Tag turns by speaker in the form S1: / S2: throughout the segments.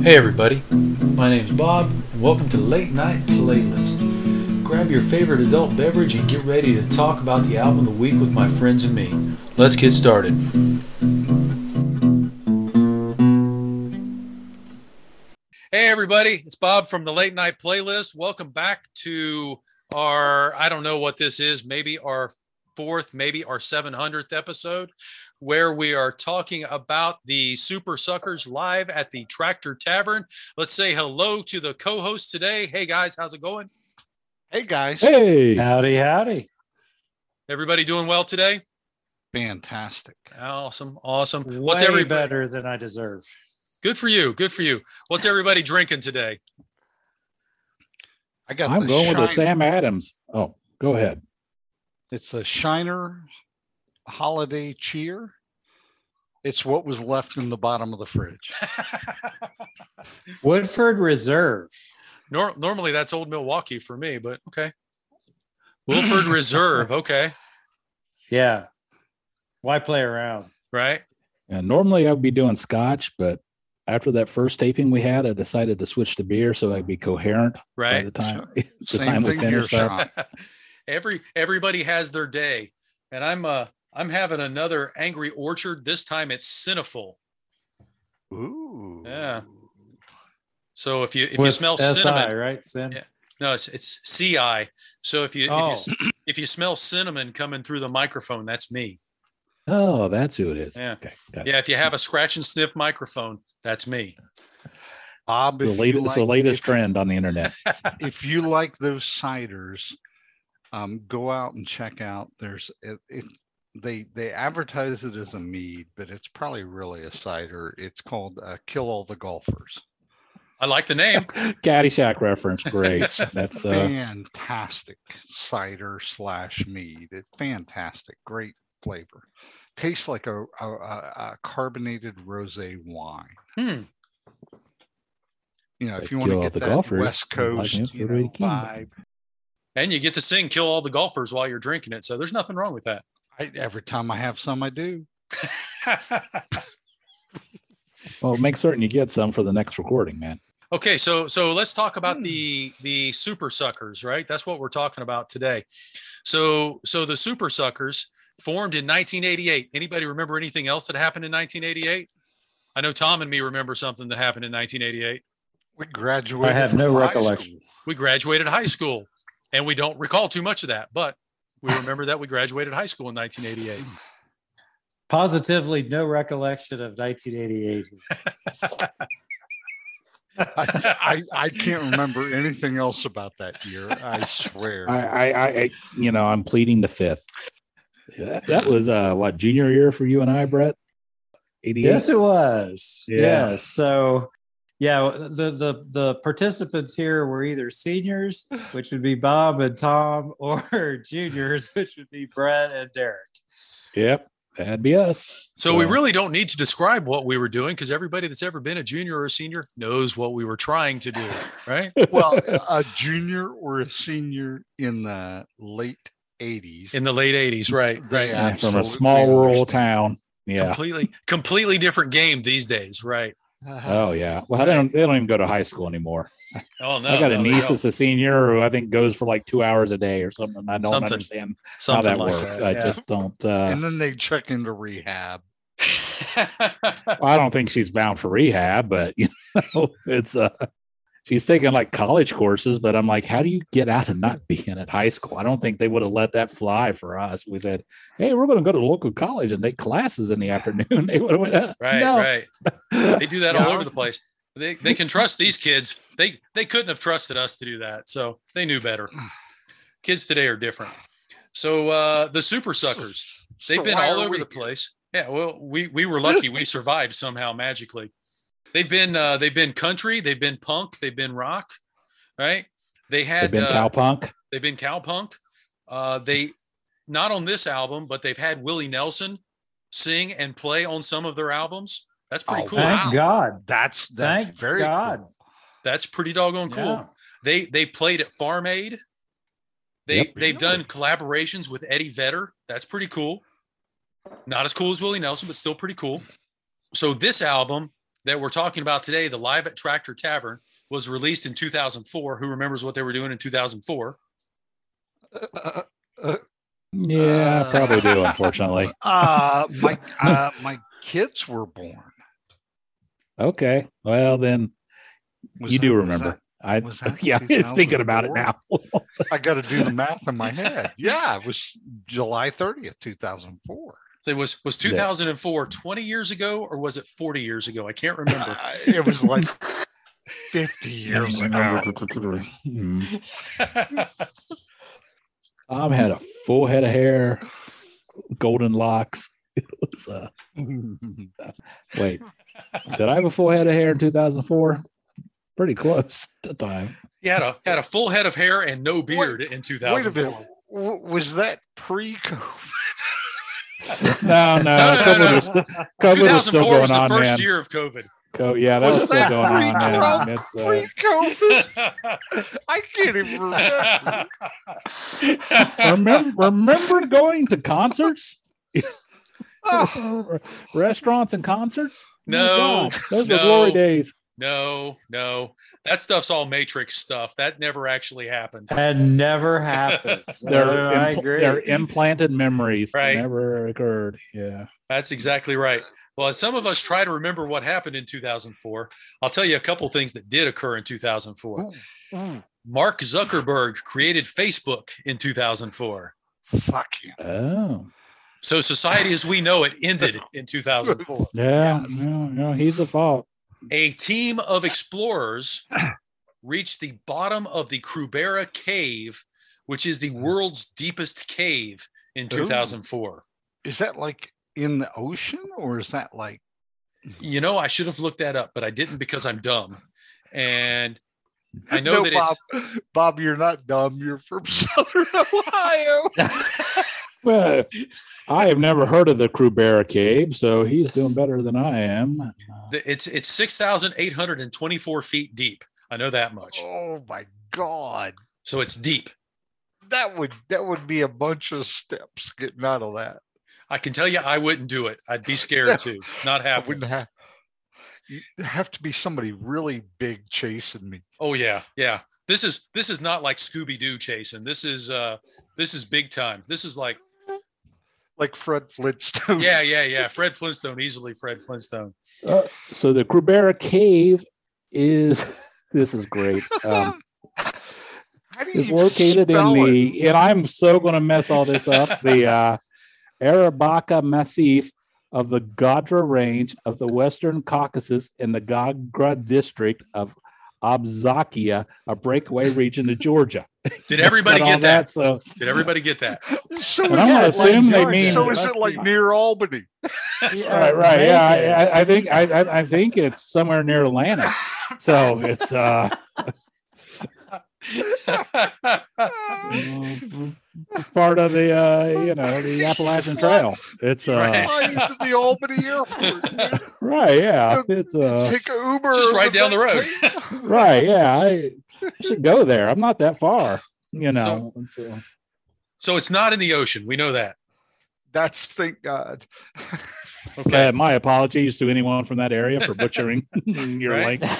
S1: Hey, everybody. My name's Bob, and welcome to Late Night Playlist. Grab your favorite adult beverage and get ready to talk about the album of the week with my friends and me. Let's get started. Hey, everybody. It's Bob from the Late Night Playlist. Welcome back to our, I don't know what this is, maybe our fourth, maybe our 700th episode where we are talking about the Super Suckers live at the Tractor Tavern. Let's say hello to the co host today. Hey, guys, how's it going?
S2: Hey guys,
S3: Hey,
S4: Howdy, howdy.
S1: Everybody doing well today?
S2: fantastic.
S1: Awesome. Awesome. What's
S4: What's
S1: every
S4: every better than I deserve?
S1: Good for you. Good for you. What's everybody drinking today?
S2: I got.
S3: I'm
S2: the
S3: going with the
S2: Shiner-
S3: Sam Adams. Oh, go ahead.
S2: It's a Shiner Holiday Cheer. It's what was left in the bottom of the fridge.
S4: Woodford Reserve.
S1: Nor- normally that's old Milwaukee for me, but okay. Wilford Reserve. Okay.
S4: Yeah. Why play around?
S1: Right.
S3: And normally I'd be doing scotch, but after that first taping we had, I decided to switch to beer so I'd be coherent by
S1: Right.
S3: the time the
S2: Same
S3: time we
S2: thing here,
S3: finished up.
S2: Sean.
S1: Every everybody has their day, and I'm uh I'm having another Angry Orchard. This time it's Cineful.
S2: Ooh.
S1: Yeah. So if you if you
S4: With
S1: smell
S4: SI,
S1: cinnamon,
S4: right? Sin?
S1: Yeah. no, it's it's CI. So if you,
S4: Oh.
S1: if, you s- if you smell cinnamon coming through the microphone, that's me.
S3: Oh, that's who it is.
S1: Yeah.
S3: Okay. Got it.
S1: Yeah, if you have a scratch and sniff microphone, that's me.
S2: Bob,
S3: The
S2: if you
S3: latest, the
S2: like-
S3: latest
S2: if-
S3: trend on the internet.
S2: If you like those ciders, um, go out and check out. There's it, it. They they advertise it as a mead, but it's probably really a cider. It's called uh, "Kill All the Golfers."
S1: I like the name.
S3: Caddyshack reference. Great. That's uh,
S2: fantastic cider slash mead. It's fantastic, great flavor. Tastes like a, a, a- a carbonated rosé wine.
S1: Hmm.
S2: You know,
S3: Like
S2: if you want
S3: Joe
S2: to get
S3: the
S2: the
S3: Golfers,
S2: West
S3: we like
S2: Coast
S3: it
S2: you
S3: for
S2: know,
S3: Ray King.
S2: vibe,
S1: And you get to sing "Kill All the Golfers" while you're drinking it. So there's nothing wrong with that.
S2: I, every time I have some, I do.
S3: well, make certain you get some for the next recording, man.
S1: Okay, so so let's talk about the
S4: Hmm.
S1: the super suckers, right? That's what we're talking about today. So so the super suckers formed in 1988. Anybody remember anything else that happened in 1988? I know Tom and me remember something that happened in 1988.
S2: We graduated.
S4: have
S2: from
S4: no
S2: high
S4: recollection.
S2: school.
S1: We graduated high school, and we don't recall too much of that, but we remember that we graduated high school in 1988.
S4: Positively no recollection of 1988.
S2: I, I, I can't remember anything else about that year. I swear.
S3: I, I, I, I you know, I'm pleading the fifth. That, that was uh, what junior year for you and I, Brett. 88?
S4: Yes, it was.
S3: Yeah.
S4: Yes. So, yeah, the, the the participants here were either seniors, which would be Bob and Tom, or juniors, which would be Brett and Derek.
S3: Yep, that'd be us.
S1: So we
S3: Wow.
S1: really don't need to describe what we were doing because everybody that's ever been a junior or a senior knows what we were trying to do, right?
S2: well, a junior or a senior in the late 80s.
S1: In the late 80s, right? Right.
S2: They
S3: Yeah, from a
S2: absolutely
S3: small rural
S2: understand.
S3: town. Yeah.
S1: completely completely different game these days right
S3: Oh yeah. Well, I don't. They don't even go to high school anymore.
S1: oh no
S3: I got a
S1: no, they
S3: niece
S1: don't.
S3: that's a senior who I think goes for like two hours a day or something. I don't
S1: Something.
S3: understand how
S1: something
S3: that
S1: like
S3: works.
S1: that,
S3: I
S1: yeah.
S3: just don't. Uh,
S2: and then they check into rehab.
S3: well, I don't think she's bound for rehab, but you know, it's. Uh, she's taking like college courses, but I'm like, how do you get out of not being at high school? I don't think they would have let that fly for us. We said, hey, we're going to go to local college and take classes in the afternoon. They would have went, uh,
S1: right
S3: no.
S1: right they do that
S2: Yeah.
S1: all over the place they they can trust these kids they they couldn't have trusted us to do that so they knew better kids today are different so uh the super suckers they've
S2: So
S1: been
S2: why
S1: all
S2: are
S1: over
S2: we
S1: the place yeah well we we were lucky we survived somehow magically they've been uh they've been country they've been punk they've been rock right they had
S3: They've been
S1: uh,
S3: cowpunk.
S1: They've been cowpunk. Uh, they not on this album, but they've had Willie Nelson sing and play on some of their albums. That's pretty
S2: Oh,
S1: cool.
S4: Thank
S2: Wow.
S4: God.
S2: That's that's
S4: Thank
S2: very
S4: God.
S2: cool.
S1: That's pretty doggone cool.
S4: Yeah.
S1: They they played at Farm Aid. They
S3: Yep.
S1: they've done collaborations with Eddie Vedder. That's pretty cool. Not as cool as Willie Nelson, but still pretty cool. So this album that we're talking about today, the Live at Tractor Tavern, was released in 2004. Who remembers what they were doing in 2004?
S2: Uh, uh,
S3: Yeah,
S2: Uh,
S3: I probably do, unfortunately.
S2: uh, my uh, my kids were born.
S3: Okay. Well, then
S2: Was
S3: you
S2: that-
S3: do
S2: was
S3: remember. I,
S2: that- was that
S3: yeah, I was thinking about it
S2: 2004?
S3: now.
S2: that- I got to do the math in my head. Yeah, it was July 30th, 2004.
S1: So it was was
S3: Yeah.
S1: 2004 20 years ago or was it 40 years ago? I can't remember.
S2: Uh, it was like 50 years ago.
S3: Hmm. Tom had a full head of hair, golden locks. It was, uh, wait, did I have a full head of hair in 2004? Pretty close at the time.
S1: he had a had a full head of hair and no beard in
S2: Wait a
S1: 2004.
S2: minute. W- was that pre-COVID?
S3: No, no,
S1: no,
S3: COVID,
S1: no.
S3: Was, still, COVID was
S1: 2004
S3: still going
S1: was the
S3: on,
S1: first
S3: man.
S1: year of COVID.
S3: Co- yeah, that was,
S2: Was
S3: still
S2: that
S3: going on,
S2: pre-corona?
S3: man. That's, uh,
S2: Pre-COVID? I can't even remember.
S3: remember, remember going to concerts,
S2: Oh,
S3: restaurants, and concerts? Oh my
S1: No,
S3: gosh, those
S1: no.
S3: were glory days.
S1: no, no. That stuff's all Matrix stuff. That never actually happened.
S4: Had never happened.
S3: They're,
S4: No, I
S3: impl-
S4: agree.
S3: they're implanted memories
S1: Right.
S3: that never occurred. Yeah.
S1: That's exactly right. Well, as some of us try to remember what happened in 2004, I'll tell you a couple things that did occur in 2004. Mark Zuckerberg created Facebook in 2004.
S2: fuck you.
S3: Oh.
S1: So society as we know it ended in 2004.
S3: Yeah.
S2: Yes.
S3: No, no, he's the fault.
S1: A team of explorers reached the bottom of the Krubera Cave, which is the
S2: Mm.
S1: world's deepest cave in 2004.
S2: Is that like in the ocean or is that like
S1: You know, I should have looked that up, but I didn't because I'm dumb. And I know that it's
S2: Bob, Bob, you're not dumb. You're from Southern Ohio.
S3: Well, I have never heard of the Krubera Cave, so he's doing better than I am.
S1: The- It's it's six thousand eight hundred and twenty four feet deep. I know that much.
S2: Oh my God,
S1: So it's deep.
S2: that would that would be a bunch of steps getting out of that.
S1: I can tell you, I wouldn't do it. I'd be scared too. Not
S2: I
S1: happening.
S2: wouldn't have. You have to be somebody really big chasing me.
S1: Oh yeah, yeah. This is this is not like Scooby Doo chasing. This is uh this is big time. This is like
S2: like Fred Flintstone.
S1: yeah, yeah, yeah. Fred Flintstone easily. Fred Flintstone.
S3: So the Krubera Cave is this is great. Um,
S2: How do you
S3: is
S2: even
S3: located in
S2: spell it?
S3: the and I'm so going to mess all this up. The uh, Arabaca Massif of the Gadra Range of the Western Caucasus in the Gagra district of Abzakia, a breakaway region of Georgia.
S1: Did everybody
S3: Said all
S1: get that?
S3: So
S1: Did everybody get that?
S2: So, is
S3: But I'm gonna
S2: it
S3: assume they
S2: Georgia?
S3: mean-
S2: so is
S3: it must
S2: it like
S3: be-
S2: near Albany?
S4: Yeah,
S3: right, right, yeah,
S4: maybe.
S3: I, I- I think I, I, I think it's somewhere near Atlanta. So it's uh,
S1: Uh,
S3: part of the uh, you know the Appalachian Trail. It's uh,
S1: Right.
S2: Fly into the Albany airport. dude.
S3: Right. Yeah. It's uh,
S2: Take a Uber.
S1: Just
S2: over
S1: right down the
S2: that
S1: road.
S2: thing.
S3: right. Yeah. I should go there. I'm not that far. You know. So-
S1: so it's not in the ocean. We know that.
S2: That's thank God.
S1: Okay.
S3: Uh, my apologies to anyone from that area for butchering your
S1: Right.
S3: language.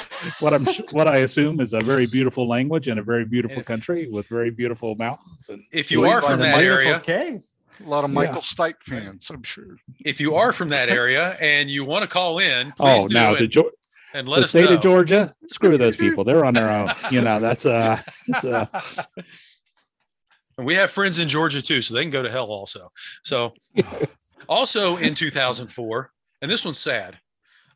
S3: What I'm su- what I assume is a very beautiful language and a very beautiful
S1: If-
S3: country with very beautiful mountains. And
S1: If you
S2: Wait,
S1: are
S2: by
S1: from
S2: the
S1: that
S4: Beautiful
S1: area,
S4: cave.
S2: A lot of
S3: Yeah.
S2: Michael Stipe fans, I'm sure.
S1: if you are from that area and you want to call in, please
S3: oh,
S1: do
S3: now
S1: and,
S3: the, Geor-
S1: and let
S3: the
S1: us
S3: state
S1: know.
S3: of Georgia, screw those people. They're on their own. You know. That's uh. It's, uh
S1: And we have friends in Georgia too, so they can go to hell also. So, also in 2004, and this one's sad,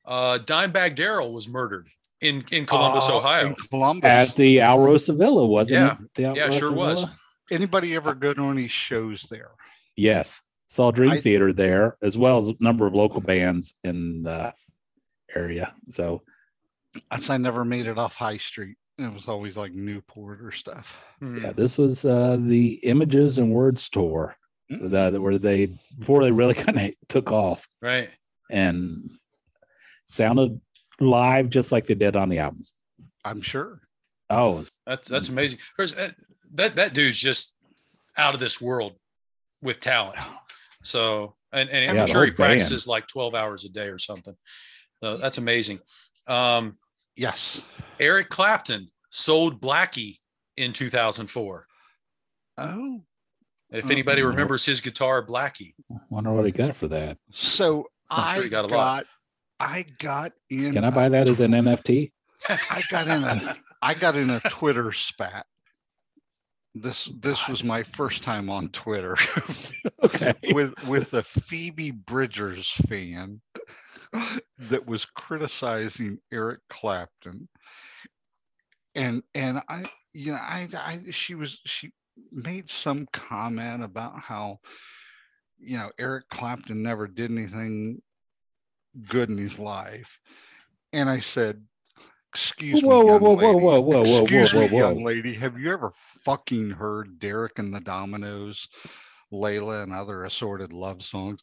S1: uh, Dimebag Daryl was murdered in, in Columbus,
S2: Uh,
S1: Ohio.
S2: In Columbus.
S3: at the Alrosa Villa, wasn't
S1: Yeah.
S3: it? The
S1: Yeah, sure
S3: Alrosa
S1: was.
S3: Villa?
S2: Anybody ever go to any shows there?
S3: Yes. Saw Dream
S2: I-
S3: Theater there, as well as a number of local bands in the area. So
S2: That's I never made it off High Street. It was always like Newport or stuff.
S1: Hmm.
S3: yeah, this was uh, the Images and Words tour
S2: Mm.
S3: that, that where they before they really kind of took off
S1: Right.
S3: and sounded live just like they did on the albums.
S2: I'm sure.
S3: Oh, it was-
S1: That's that's amazing. Of course, that, that that dude's just out of this world with talent. So, and, and
S3: Yeah,
S1: I'm
S3: the
S1: sure he
S3: whole band.
S1: practices like 12 hours a day or something. So that's amazing. Um,
S2: Yes.
S1: Eric Clapton sold Blackie in 2004.
S2: Oh,
S1: If anybody
S3: Oh.
S1: remembers his guitar, Blackie.
S3: Wonder what he got for that.
S2: so
S1: I'm sure
S2: I
S1: you got a lot.
S2: I got in.
S3: Can I buy that as an NFT?
S2: I got in a I got in a Twitter spat. This this was my first time on Twitter
S3: Okay.
S2: with with a Phoebe Bridgers fan that was criticizing Eric Clapton. And and I you know I I she was she made some comment about how you know Eric Clapton never did anything good in his life. And I said, excuse
S3: Whoa,
S2: me.
S3: whoa,
S2: young
S3: whoa, whoa,
S2: lady.
S3: whoa, whoa, whoa,
S2: Excuse
S3: whoa,
S2: me,
S3: whoa,
S2: young
S3: whoa.
S2: lady. Have you ever fucking heard Derek and the Dominoes, Layla, and other assorted love songs?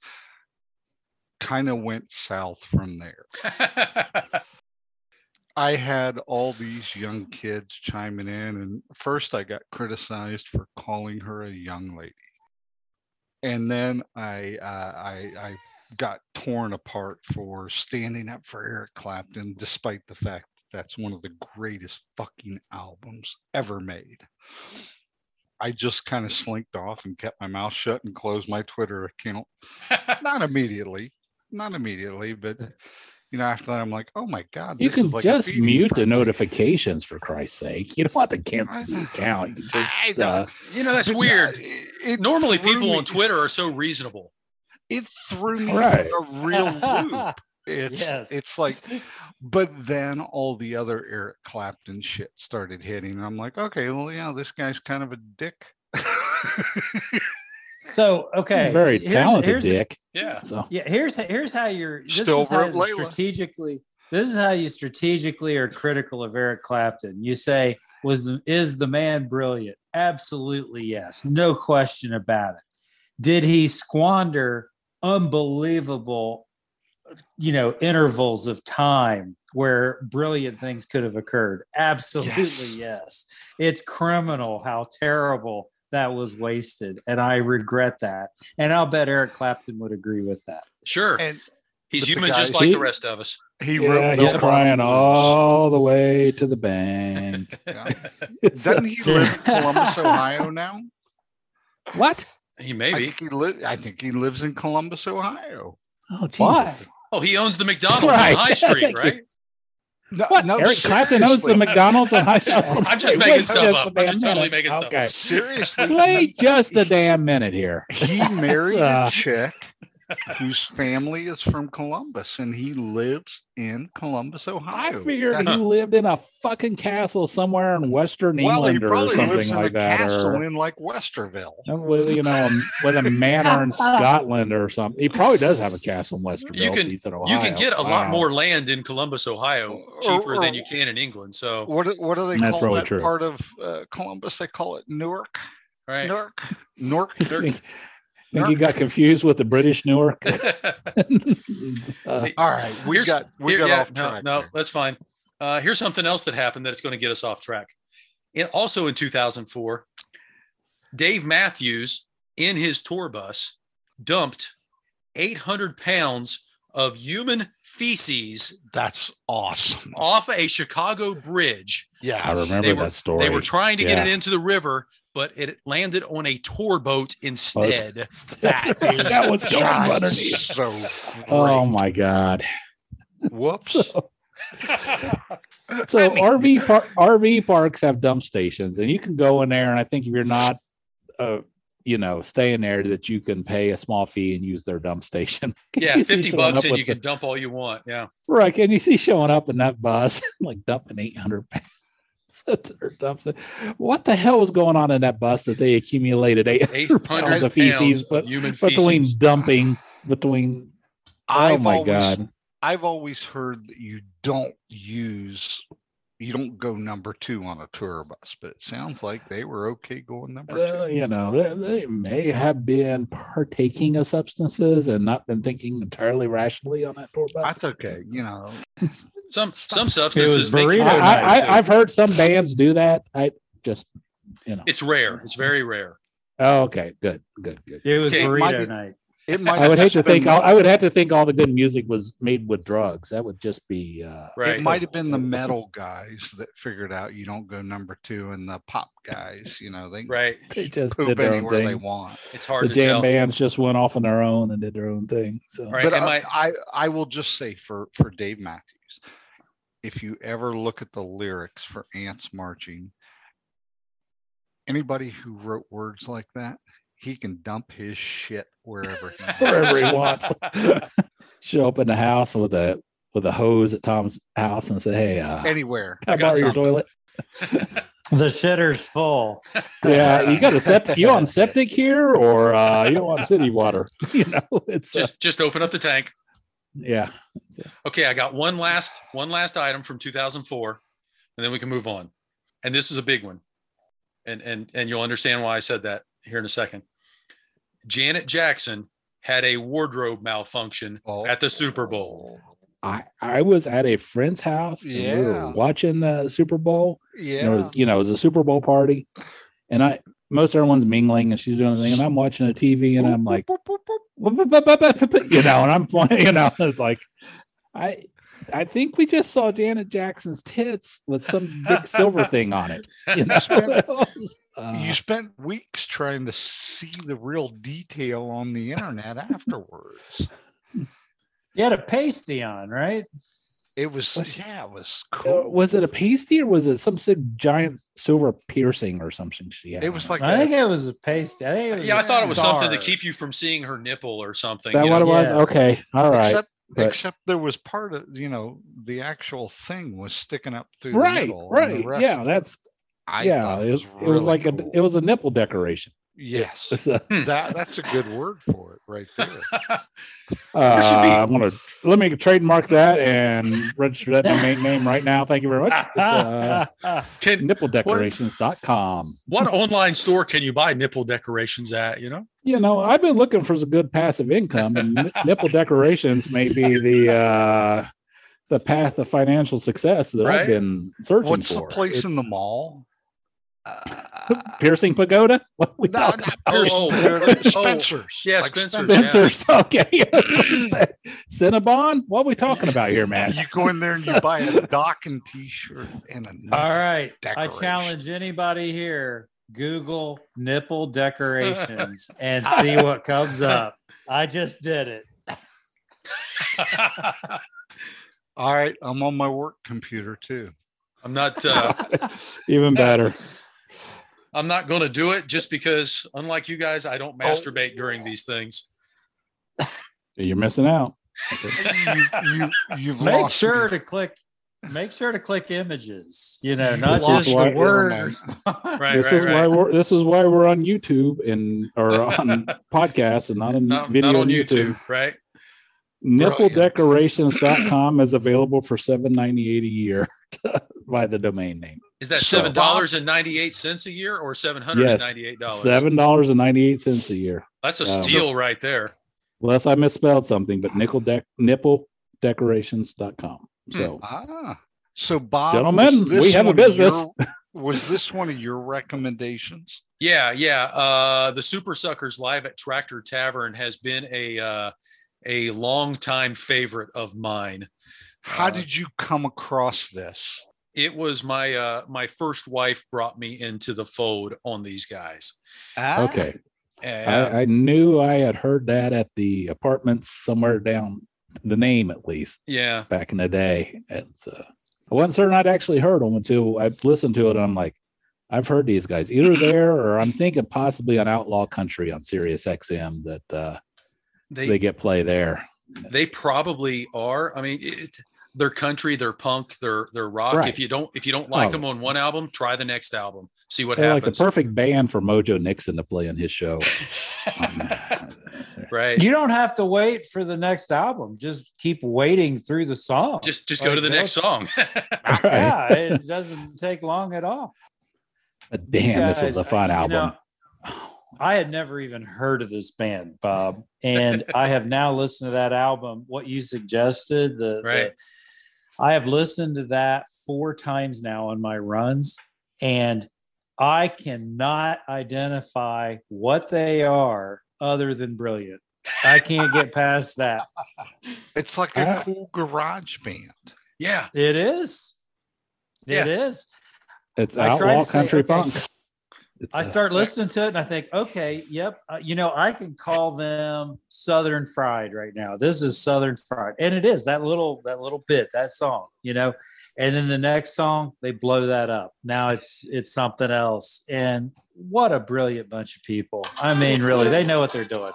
S2: Kind of went south from there. I had all these young kids chiming in, and first I got criticized for calling her a young lady, and then I uh, I, I got torn apart for standing up for Eric Clapton, despite the fact that that's one of the greatest fucking albums ever made. I just kind of slinked off and kept my mouth shut and closed my Twitter account. Not immediately, not immediately, but you know, after that, I'm like, oh my god,
S3: You
S2: this is
S3: can
S2: like a
S3: just
S2: feeding
S3: mute the
S2: frenzy.
S3: notifications for Christ's sake. You don't have to cancel the account. You just
S2: I don't-
S3: uh,
S1: you know, that's
S2: but no,
S1: weird.
S2: it- it
S1: Normally,
S2: threw
S1: people
S2: me-
S1: on Twitter are so reasonable.
S2: It threw me
S3: Right.
S2: for a real loop. It's
S4: Yes.
S2: it's like, but then all the other Eric Clapton shit started hitting. I'm like, okay, well, yeah, this guy's kind of a dick.
S4: So okay,
S3: very
S4: here's-
S3: talented
S4: here's-
S3: dick.
S1: Yeah.
S3: So
S4: Yeah, here's here's how you're. This
S2: Still
S4: is how
S2: wrote
S4: you
S2: Layla.
S4: strategically. This is how you strategically are critical of Eric Clapton. You say, "Was the, is the man brilliant?" Absolutely, yes, no question about it. Did he squander unbelievable, you know, intervals of time where brilliant things could have occurred? Absolutely, yes. It's criminal how terrible that was wasted, and I regret that. And I'll bet Eric Clapton would agree with that.
S1: Sure.
S2: and
S1: He's
S2: but the
S1: human
S2: guy-
S1: just like
S3: he-
S1: the rest of us.
S2: he
S3: yeah,
S2: wrote
S3: he's
S2: no
S3: crying
S2: problem.
S3: all the way to the bank.
S2: Yeah.
S3: It's, uh,
S2: Doesn't he live in Columbus, Ohio now?
S3: what?
S1: He
S2: I
S1: maybe.
S2: think he li- I think he lives in Columbus, Ohio.
S3: Oh,
S4: Why?
S3: Jesus.
S1: Oh, he owns the McDonald's
S3: Right.
S1: on High Street,
S3: Thank you.
S1: right?
S2: No,
S3: What?
S2: no,
S3: Eric Clapton owns the
S2: seriously.
S3: McDonald's and High School.
S1: I'm just making stuff up. I'm just totally making stuff up.
S3: okay.
S2: Seriously,
S3: Play
S2: he-
S3: just a damn minute here.
S2: he married
S3: uh,
S2: a chick whose family is from Columbus and he lives in Columbus,
S3: I
S2: Ohio.
S3: figured
S2: That's-
S3: he lived in a fucking castle somewhere in Western
S2: well, he
S3: England or
S2: probably
S3: something
S2: lives in a
S3: like that,
S2: castle
S3: or
S2: in like Westerville.
S3: with, you know, um, with a manor in Scotland or something. He probably does have a castle in Westerville.
S1: You can-
S3: if he's in
S1: You can
S3: Ohio.
S1: get a lot
S3: Wow.
S1: more land in Columbus, Ohio,
S2: Or-
S1: cheaper than
S2: or-
S1: you can in England. So,
S2: What do- what do they
S3: That's
S2: call
S3: probably
S2: that
S3: true.
S2: part of uh, Columbus? They call it Newark.
S1: right.
S2: Newark. Newark.
S3: I think, I think he got confused with the British Newark. Uh,
S2: All right, we
S1: Here's-
S2: got we
S1: Here-
S2: got
S1: yeah,
S2: off track.
S1: No, no
S2: there.
S1: that's fine. Uh, here's something else that happened that's going to get us off track. And also in 2004, Dave Matthews in his tour bus dumped 800 pounds of human feces
S2: That's awesome.
S1: off a Chicago bridge.
S2: Yeah,
S3: I remember
S1: They were-
S3: that story.
S1: They were trying to get it
S3: Yeah.
S1: into the river, but it landed on a tour boat instead.
S3: that, that was going underneath.
S2: So
S3: Oh
S2: great.
S3: my God.
S2: whoops.
S3: So, so RV par- RV parks have dump stations, and you can go in there. And I think if you're not, uh, you know, staying there, that you can pay a small fee and use their dump station.
S1: Yeah,
S3: You see
S1: 50
S3: someone
S1: bucks
S3: up
S1: and
S3: with
S1: you can
S3: the-
S1: dump all you want. Yeah.
S3: right? Can you see showing up in that bus like dumping eight hundred pounds? at their dump sta- What the hell was going on in that bus that they accumulated eight
S1: 800
S3: hundred pounds of feces? But
S1: human
S3: between
S1: feces.
S3: dumping, between oh
S2: I've
S3: my
S2: always-
S3: god,
S2: I've always heard that you don't use, you don't go number two on a tour bus, but it sounds like they were okay going number two.
S3: Well, you know, they, they may have been partaking of substances and not been thinking entirely rationally on that tour bus.
S2: That's okay, you know.
S1: Some some
S4: It
S1: substances
S4: was
S1: make you
S3: I,
S1: go
S4: burrito night,
S1: nuts,
S3: I,
S1: too.
S3: I, I've heard some bands do that. I just, you know.
S1: It's rare. It's very rare.
S3: Oh, okay, good, good, good.
S4: It was
S1: Okay,
S4: burrito
S2: Mike-
S4: night.
S2: It might.
S3: I would hate
S2: have
S3: to
S2: just been
S3: think. All, I would have to think all the good music was made with drugs. That would just be. Uh,
S2: It
S1: Right.
S2: might have been the metal guys that figured out you don't go number two, and the pop guys. You know, they
S1: Right.
S3: they just did
S2: poop
S3: their own
S2: anywhere they
S3: thing.
S2: want.
S1: It's
S3: The
S1: hard to
S3: jam
S1: tell.
S3: bands just went off on their own and did their own thing. So
S1: All right.
S2: but
S1: am
S2: I,
S1: I-
S2: I, I will just say for for Dave Matthews, if you ever look at the lyrics for Ants Marching, anybody who wrote words like that, he can dump his shit wherever he wants.
S3: wherever he wants, show up in the house with a with a hose at Tom's house and say, "Hey, uh, can
S2: anywhere.
S3: I
S1: I got
S3: borrow your
S1: something."
S3: toilet?"
S4: The shitter's full.
S3: Yeah, you got a septic. You on septic here, or uh, you on city water? You know, it's just
S1: just just open up the tank.
S3: yeah.
S1: Okay, I got one last one last item from 2004, and then we can move on. And this is a big one, and and and you'll understand why I said that here in a second. Janet Jackson had a wardrobe malfunction
S2: Oh.
S1: at the Super Bowl.
S3: I I was at a friend's house. And we
S2: Yeah.
S3: were watching the Super Bowl. And it
S2: Yeah.
S3: was you know it was a Super Bowl party, and I most everyone's mingling and she's doing the thing, and I'm watching the TV and I'm like,
S2: Boop, boop, boop,
S3: you know, and I'm playing, you know, it's like I. I think we just saw Janet Jackson's tits with some big silver thing on it. You know?
S2: boop.
S3: Uh,
S2: you spent weeks trying to see the real detail on the internet afterwards.
S4: You had a pasty on, right?
S2: It was,
S3: Was-
S2: yeah, it was
S3: Uh,
S2: cool.
S3: was it a pasty or was it some sort of giant silver piercing or something she had?
S2: It
S3: on
S2: was like
S4: I
S2: a-
S4: think it was a pasty. I think it was
S1: Yeah,
S4: a
S1: I thought it was something to
S4: star.
S1: keep you from seeing her nipple or something.
S3: that
S1: you
S3: what
S1: know?
S3: it was?
S4: Yes.
S3: Okay, all right.
S2: Except,
S3: but-
S2: except there was part of you know the actual thing was sticking up through the
S3: right,
S2: middle. and the
S3: right.
S2: rest-
S3: Yeah, that's
S2: I
S3: yeah.
S2: thought
S3: It was, it was
S2: really
S3: like
S2: cool.
S3: a it was a nipple decoration.
S2: yes.
S3: It's a-
S2: that that's a good word for it right there.
S3: uh,
S1: should be-
S3: I'm gonna let me trademark that and register that in my main name right now. Thank you very much. It's, uh,
S1: Can
S3: nippledecorations.com.
S1: what online store can you buy nipple decorations at? You know,
S3: You know, I've been looking for some good passive income, and n- nipple decorations may be the uh, the path of financial success that
S1: Right?
S3: I've been searching
S2: What's the
S3: for.
S2: place
S3: It's-
S2: in the mall? Uh,
S3: piercing pagoda? What are we
S2: no,
S3: talking
S2: not
S1: Oh,
S2: Pierce,
S1: oh,
S2: they're
S1: oh,
S2: Spencer's.
S1: yeah, Spencer's,
S3: about? Spencer's. Okay. I was gonna say, Cinnabon? What are we talking about here, man?
S2: You go in there and you buy a Dockin t-shirt and a
S4: All right. I
S2: Decoration.
S4: challenge anybody here. Google nipple decorations and see what comes up. I just did it.
S2: All right, I'm on my work computer too.
S1: I'm not. Uh,
S3: Even better.
S1: I'm not going to do it just because, unlike you guys, I don't masturbate during these things.
S3: You're missing out.
S2: You, you, you've
S4: Make
S2: lost me.
S4: sure to click. Make sure to click images. You know, not
S3: This is
S4: just
S3: why-
S4: the word.
S2: Never
S4: or
S2: mind.
S4: something.
S1: Right,
S3: this
S1: right,
S3: is
S1: right.
S3: why we're this is why we're on YouTube and or on podcasts and not in
S1: not,
S3: video
S1: not on
S3: and
S1: YouTube, right?
S3: Nippledecorations.com is available for seven ninety eight a year by the domain name.
S1: Is that
S3: So-
S1: seven dollars and ninety eight cents a year or seven hundred and ninety eight dollars?
S3: Seven dollars and ninety eight cents a year.
S1: That's a
S3: Um,
S1: steal right there.
S3: Unless I misspelled something, but nickel dec nipple decorations.com. So
S2: Ah, so Bob, was
S3: Gentlemen,
S2: this
S3: we have a
S2: one of
S3: business.
S2: your- was this one of your recommendations?
S1: Yeah, yeah. Uh, the Super Suckers live at Tractor Tavern has been a uh, a long time favorite of mine.
S2: How
S1: Uh,
S2: did you come across this?
S1: It was my uh, my first wife brought me into the fold on these guys.
S2: Ah,
S3: okay.
S1: Uh,
S3: I, I knew I had heard that at the apartments somewhere down the name at least
S1: yeah,
S3: back in the day. And so I wasn't certain I'd actually heard them until I listened to it and I'm like, I've heard these guys either there or I'm thinking possibly on Outlaw Country on Sirius XM that uh,
S1: they
S3: they get play there.
S1: they probably are. I mean, it, they're country, they're punk, they're they're rock.
S3: Right.
S1: If you don't if you don't like
S3: Oh.
S1: them on one album, try the next album. See what
S3: They're like the
S1: happens.
S3: perfect band for Mojo Nixon to play on his show.
S1: right.
S4: You don't have to wait for the next album. Just keep waiting through the song.
S1: just just go
S4: Like
S1: to the
S4: they'll-
S1: next song.
S3: All right.
S4: Yeah, it doesn't take long at all.
S3: But
S4: These
S3: Damn, this was
S4: guys,
S3: a fun
S4: you
S3: album.
S4: know, I had never even heard of this band, Bob, and I have now listened to that album. What you suggested, the, the-
S1: Right.
S4: I have listened to that four times now on my runs, and I cannot identify what they are other than brilliant. I can't get past that.
S2: It's like a
S3: Ah.
S2: cool garage band.
S1: Yeah.
S4: It is.
S1: Yeah.
S4: It is.
S3: It's
S4: I tried
S3: outlaw
S4: to say,
S3: country
S4: okay.
S3: punk. It's uh,
S4: I
S3: a-
S4: start listening to it and I think, okay, yep, uh, you know, I can call them Southern Fried right now. This is Southern Fried, and it is that little that little bit that song, you know. And then the next song, they blow that up. Now it's it's something else. And what a brilliant bunch of people! I mean, really, they know what they're doing.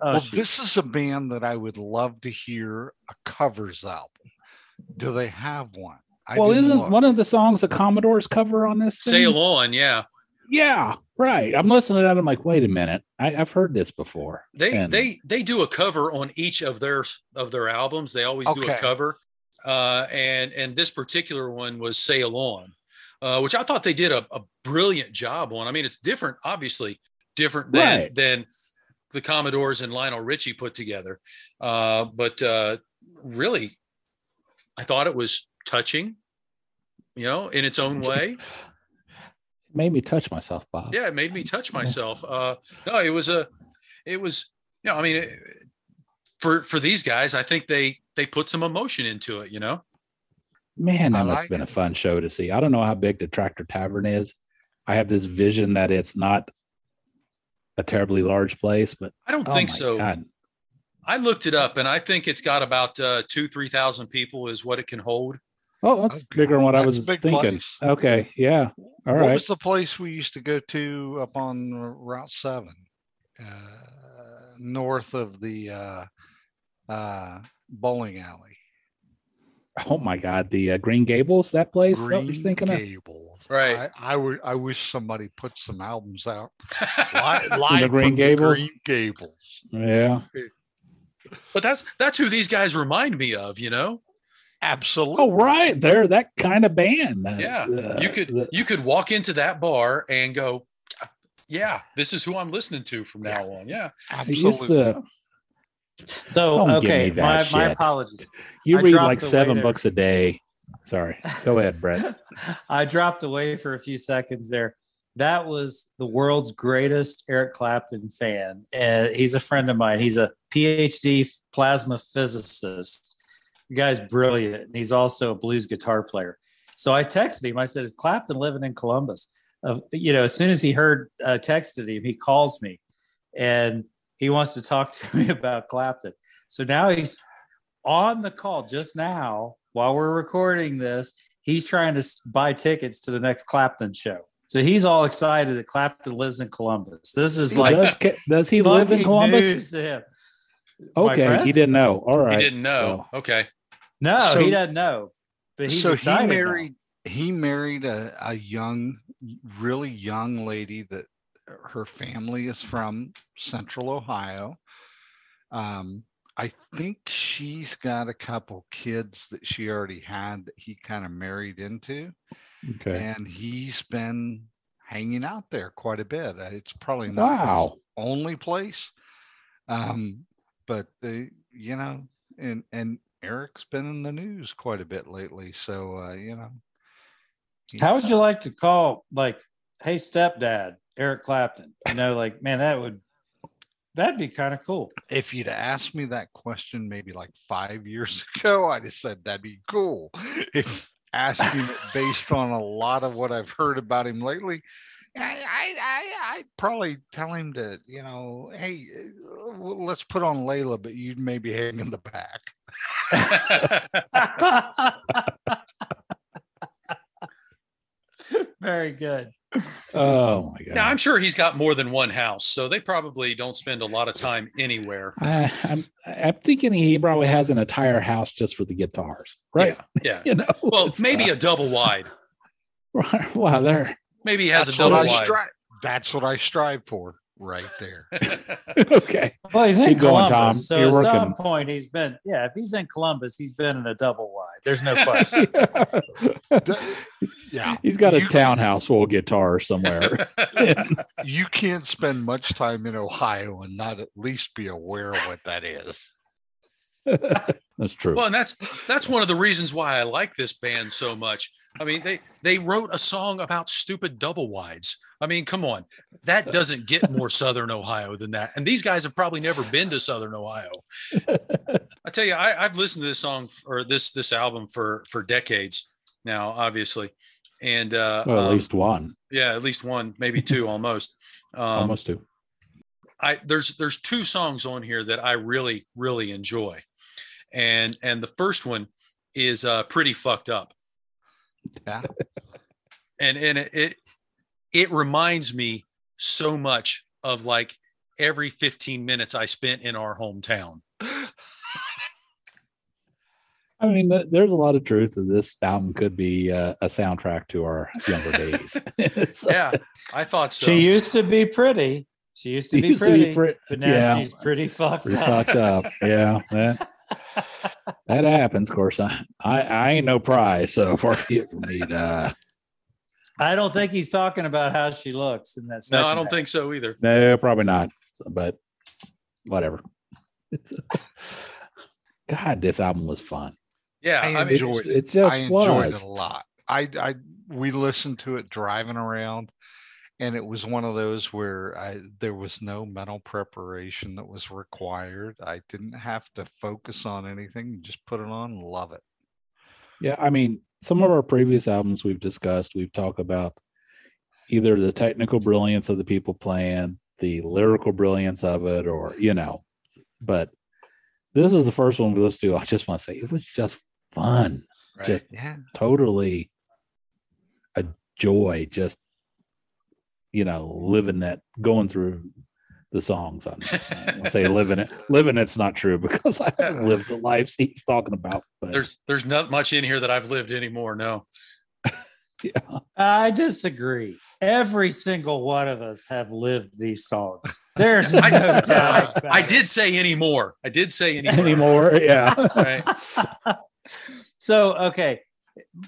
S4: Oh,
S2: well,
S4: shoot.
S2: this is a band that I would love to hear a covers album. Do they have one? I
S3: well,
S2: didn't
S3: isn't
S2: look.
S3: one of the songs a Commodore's cover on this? Thing?
S1: Sail on. Yeah.
S3: Yeah, right. I'm listening to that. I'm like, wait a minute. I, I've heard this before.
S1: They
S3: And-
S1: they they do a cover on each of their of their albums. They always do a
S2: Okay.
S1: cover. Uh, and and this particular one was Sail On, uh, which I thought they did a, a brilliant job on. I mean, it's different, obviously, different than
S3: Right.
S1: than the Commodores and Lionel Richie put together. Uh, but uh, really, I thought it was touching, you know, in its own way.
S3: Made me touch myself, Bob.
S1: yeah it made me touch myself uh no it was a it was you know i mean it- for for these guys i think they they put some emotion into it you know
S3: Man,
S2: I
S3: that must
S2: like
S3: have been
S2: it.
S3: a fun show to see. I don't know how big the Tractor Tavern is. I have this vision that it's not a terribly large place, but
S1: i don't
S3: oh
S1: think
S3: my
S1: so
S3: God.
S1: i looked it up and i think it's got about uh two three thousand people is what it can hold
S3: Oh, that's
S2: Okay.
S3: bigger than what I
S2: That's
S3: was
S2: a big
S3: thinking.
S2: place.
S3: Okay, yeah, all
S2: what
S3: right.
S2: was the place we used to go to up on Route Seven, uh, north of the uh, uh, bowling alley?
S3: Oh my God, the uh, Green Gables, that place. that
S2: Green
S3: you're thinking of
S2: Gables.
S1: Right.
S2: I, I would. I wish somebody put some albums out. Li-
S3: In the
S2: live
S3: Green
S2: from the
S3: Gables?
S2: Green Gables.
S3: yeah.
S1: but that's that's who these guys remind me of you know
S2: Absolutely.
S3: Oh right, they're that kind of band. that,
S1: yeah
S3: uh,
S1: you could
S3: that-
S1: you could walk into that bar and go yeah this is who i'm listening to from now on yeah
S3: I used
S2: Absolutely.
S3: to.
S4: so
S3: Don't give me
S4: okay,
S3: that
S4: my, my
S3: shit.
S4: apologies.
S3: You
S4: I
S3: read
S4: dropped
S3: like
S4: the
S3: seven
S4: waiter.
S3: books a day. Sorry. Go ahead, Brett.
S4: I dropped away for a few seconds there. That was the world's greatest Eric Clapton fan. And he's a friend of mine. He's a PhD plasma physicist. The guy's brilliant. And he's also a blues guitar player. So I texted him. I said, Is Clapton living in Columbus? Uh, you know, as soon as he heard, uh, texted him, he calls me and he wants to talk to me about Clapton. So now he's on the call just now while we're recording this he's trying to s- buy tickets to the next Clapton show. So he's all excited that Clapton lives in Columbus. This is like
S3: does, Ca- does he live in
S4: fucking
S3: Columbus?
S4: news to him. My
S3: Okay,
S4: friend?
S3: he didn't know. All right.
S1: you didn't know okay
S4: No,
S2: So-
S4: he doesn't know, but he's
S2: so he
S4: excited. now.
S2: married. He married a, a young, really young lady that her family is from Central Ohio. Um, I think she's got a couple kids that she already had that he kind of married into,
S3: Okay.
S2: and he's been hanging out there quite a bit. Uh, It's probably not his
S3: Wow.
S2: only place. Um, but the you know, and and Eric's been in the news quite a bit lately, so uh, you know.
S4: How would you like to call like, hey stepdad, Eric Clapton? You know, like man, that would that'd be kind of cool.
S2: if you'd asked me that question maybe like five years ago, I'd have said that'd be cool. If asking it based on a lot of what I've heard about him lately, I, I, I, I'd probably tell him to, you know, hey, uh, w- let's put on Layla, but you'd maybe hang in the back.
S4: Very good.
S3: Oh my god.
S1: Now I'm sure he's got more than one house, so they probably don't spend a lot of time anywhere.
S3: I, I'm I'm thinking he probably has an entire house just for the guitars, right?
S1: Yeah.
S3: You know.
S1: Well,
S3: it's,
S1: maybe
S3: uh,
S1: a double wide.
S3: wow, there.
S1: Maybe he has a
S2: That's what
S1: double
S2: I
S1: wide.
S2: strive. That's what I strive for right there.
S3: okay.
S4: Well, he's in
S3: Keep going,
S4: Columbus,
S3: Tom.
S4: so
S3: You're
S4: at
S3: working.
S4: some point he's been. Yeah, if he's in Columbus, he's been in a double wide. There's no question.
S2: Th- yeah.
S3: He's got a
S2: You-
S3: townhouse full of guitars somewhere.
S2: You can't spend much time in Ohio and not at least be aware of what that is.
S3: That's true.
S1: well, and that's that's one of the reasons why I like this band so much. I mean, they they wrote a song about stupid double wides. I mean, come on, that doesn't get more Southern Ohio than that. And these guys have probably never been to Southern Ohio. I tell you, I, I've listened to this song or this this album for for decades now, obviously, and uh,
S3: Well, at
S1: um,
S3: least one,
S1: yeah, at least one, maybe two, almost. Um,
S3: almost two.
S1: I there's there's two songs on here that I really really enjoy, and and the first one is uh, pretty fucked up.
S2: Yeah.
S1: and and it, it it reminds me so much of like every 15 minutes I spent in our hometown.
S3: I mean, th- there's a lot of truth that this album could be uh, a soundtrack to our younger days. It's, uh,
S1: Yeah, I thought so.
S4: She used to be pretty. She used to be
S3: used to
S4: pretty,
S3: pre-
S4: but now
S3: yeah.
S4: she's pretty fucked
S3: pretty
S4: up.
S3: fucked up. Yeah, that, that happens. Of course, I, I I ain't no prize, so far be it from me to. Uh,
S4: I don't think he's talking about how she looks in that.
S1: no, I
S4: second
S1: don't
S4: act.
S1: think so either.
S3: No, probably not. But whatever. It's- God, this album was fun.
S1: Yeah,
S2: I
S1: I mean,
S2: enjoyed
S3: it just
S2: I enjoyed
S3: was.
S2: it a lot. I, I we listened to it driving around, and it was one of those where I there was no mental preparation that was required. I didn't have to focus on anything; just put it on, and love it.
S3: Yeah, I mean, some
S1: Hmm.
S3: of our previous albums we've discussed, we've talked about either the technical brilliance of the people playing, the lyrical brilliance of it, or you know, but this is the first one we listened to. I just want to say it was just fun,
S1: right.
S3: just
S2: Yeah,
S3: totally a joy, just you know, living that, going through the songs on this. I won't say living it, living it's not true because I haven't lived the lives he's talking about. But
S1: there's there's not much in here that I've lived anymore. No,
S3: yeah.
S4: I disagree. Every single one of us have lived these songs. There's no
S1: I-
S4: doubt. about
S1: I
S4: it.
S1: did say anymore. I did say anymore.
S3: anymore. Yeah.
S1: Right.
S4: so okay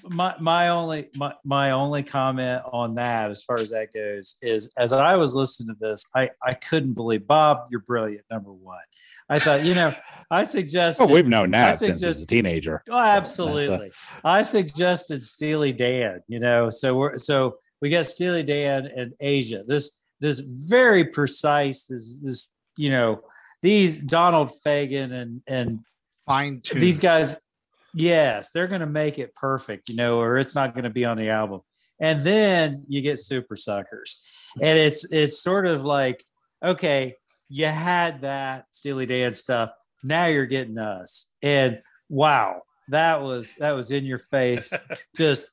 S4: my my only my, my only comment on that as far as that goes is as i was listening to this i i couldn't believe bob you're brilliant number one i thought you know i suggested
S3: Oh, we've known
S4: I
S3: that since he was
S4: suggest-
S3: a teenager.
S4: Oh, absolutely. I suggested Steely Dan, you know. So we're so we got Steely Dan and Asia. This this very precise, this this, you know, these Donald Fagan and and
S2: fine tuned.
S4: these guys yes they're going to make it perfect you know or it's not going to be on the album and then you get super suckers and it's it's sort of like okay you had that steely dan stuff now you're getting us and wow that was that was in your face just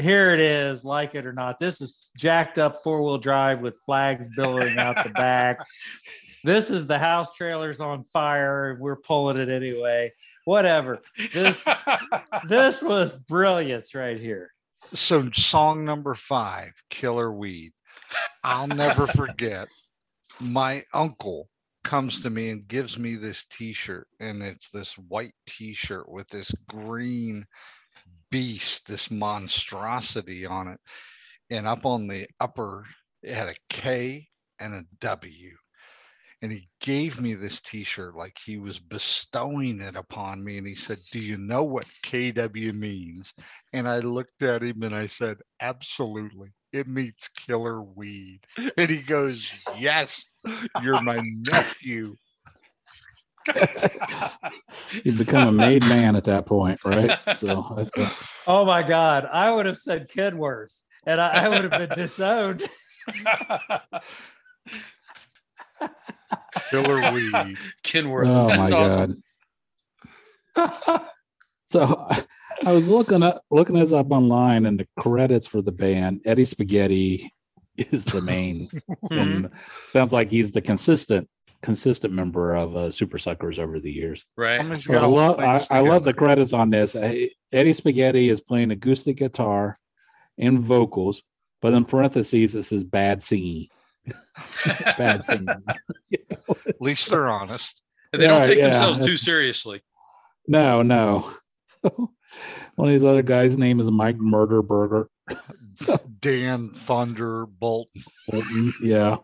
S4: here it is like it or not this is jacked up four-wheel drive with flags billowing out the back this is the house trailers on fire and we're pulling it anyway whatever this this was brilliance right here
S2: so song number five, Killer Weed. I'll never forget. My uncle comes to me and gives me this t-shirt and it's this white t-shirt with this green beast, this monstrosity on it. And up on the upper it had a K and a W. And he gave me this t-shirt like he was bestowing it upon me and he said, "Do you know what KW means?" And I looked at him and I said, Absolutely. It means killer weed. And he goes, Yes, you're my nephew.
S3: He's become a made man at that point, right? So that's a,
S4: oh my god i would have said kenworth and i, I would have been disowned
S2: Killer weed.
S1: Kenworth.
S3: oh
S1: That's
S3: my
S1: awesome.
S3: god. So I- I was looking up looking this up online and the credits for the band, Eddie Spaghetti is the main
S1: Mhm.
S3: one. Sounds like he's the consistent consistent member of uh, Super Suckers over the years.
S1: Right.
S2: Someone's
S3: But I
S2: gotta
S3: love
S2: put
S3: I,
S2: this
S3: I love the
S2: together.
S3: credits on this. Eh, Eddie Spaghetti is playing acoustic guitar and vocals, but in parentheses it says bad singing. Bad singing.
S2: At least they're honest.
S1: They don't
S3: Yeah,
S1: take
S3: yeah,
S1: themselves too
S3: that's-
S1: seriously.
S3: no, no. So one of these other guys' name is Mike Murderburger.
S2: Dan Thunderbolt.
S3: Bolton, mm, yeah.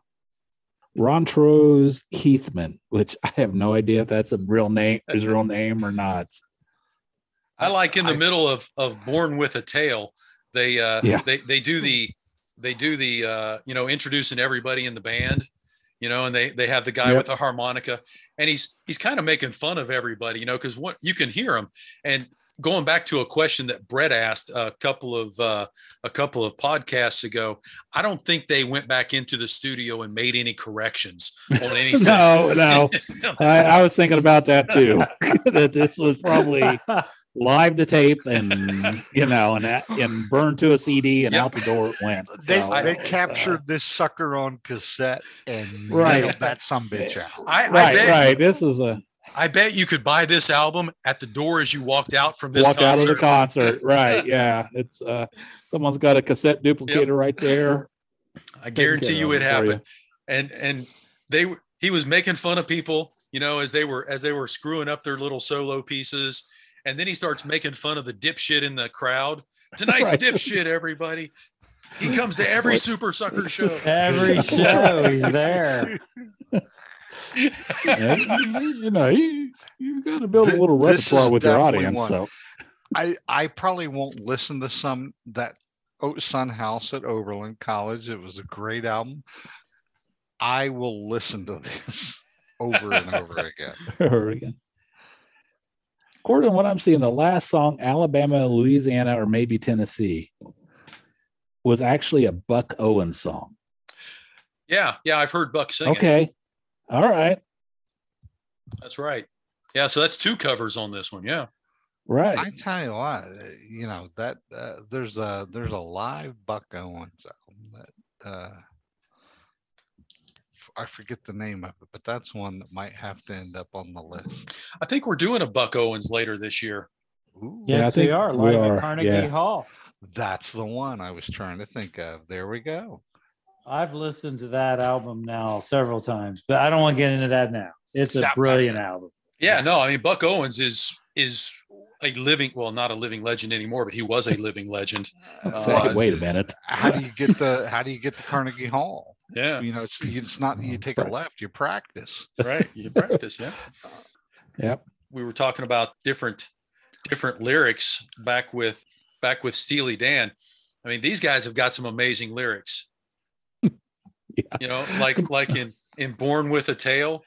S3: Montrose Heathman, which I have no idea if that's a real name, his real name or not.
S1: I like in the
S2: I-
S1: middle of of Born with a Tail. They uh,
S3: Yeah.
S1: they they do the they do the uh, you know introducing everybody in the band, you know, and they they have the guy
S3: Yep.
S1: with the harmonica, and he's he's kind of making fun of everybody, you know, because what you can hear him. And going back to a question that Brett asked a couple of uh, a couple of podcasts ago, I don't think they went back into the studio and made any corrections on anything.
S3: No, no. I, I was thinking about that too. that this was probably live to tape and you know and that- and burned to a CD and
S1: Yep.
S3: out the door it went.
S2: They,
S3: So,
S2: they
S3: uh,
S2: captured this sucker on cassette and
S3: Right.
S2: nailed that some bitch out.
S1: I, I
S3: right,
S1: bet
S3: right. This is a
S1: I bet you could buy this album at the door as you walked out from this
S3: walk out of the
S1: concert.
S3: concert. Right. Yeah. It's uh someone's got a cassette duplicator right there.
S1: I guarantee you it
S3: Taking care of
S1: happened. And and they were- he was making fun of people, you know, as they were as they were screwing up their little solo pieces. And then he starts making fun of the dipshit in the crowd. Tonight's
S3: Right.
S1: dipshit, everybody. He comes to every
S3: What?
S1: super sucker show.
S4: Every show he's there.
S3: for you. Yeah, you know, you, you got to build a
S2: Th-
S3: little
S2: this is
S3: repertoire with your
S2: definitely
S3: audience.
S2: one.
S3: So
S2: I I probably won't listen to some that oh, Sun House at Oberlin College. It was a great album. I will listen to this over and over again.
S3: There we go. According to what I'm seeing, the last song, Alabama, Louisiana, or maybe Tennessee, was actually a Buck Owens song.
S1: Yeah, yeah, I've heard Buck sing. it.
S3: Okay. All right.
S1: That's right. Yeah, so that's two covers on this one. Yeah.
S3: Right.
S2: I tell you what, uh, you know that uh, there's a there's a live Buck Owens album that uh, f- I forget the name of it, but that's one that might have to end up on the list.
S1: I think we're doing a Buck Owens later this year.
S2: Ooh,
S3: Yeah, I
S4: Yes, they
S3: think
S4: are
S3: we
S4: live
S3: are,
S4: at Carnegie
S3: yeah.
S4: Hall.
S2: that's the one I was trying to think of. There we go.
S4: I've listened to that album now several times, but I don't want to get into that now. It's a
S2: That-
S4: brilliant album.
S1: Yeah, no, I mean Buck Owens is is a living well, not a living legend anymore, but he was a living legend.
S3: Let's
S1: uh,
S3: say, wait a minute.
S2: How do you get the How do you get to Carnegie Hall?
S1: Yeah,
S2: You know, it's it's not you take a
S3: Right.
S2: left, you practice.
S1: right. You practice, yeah.
S3: Yep.
S1: We were talking about different different lyrics back with back with Steely Dan. I mean, these guys have got some amazing lyrics. You know, like like in in Born with a Tail,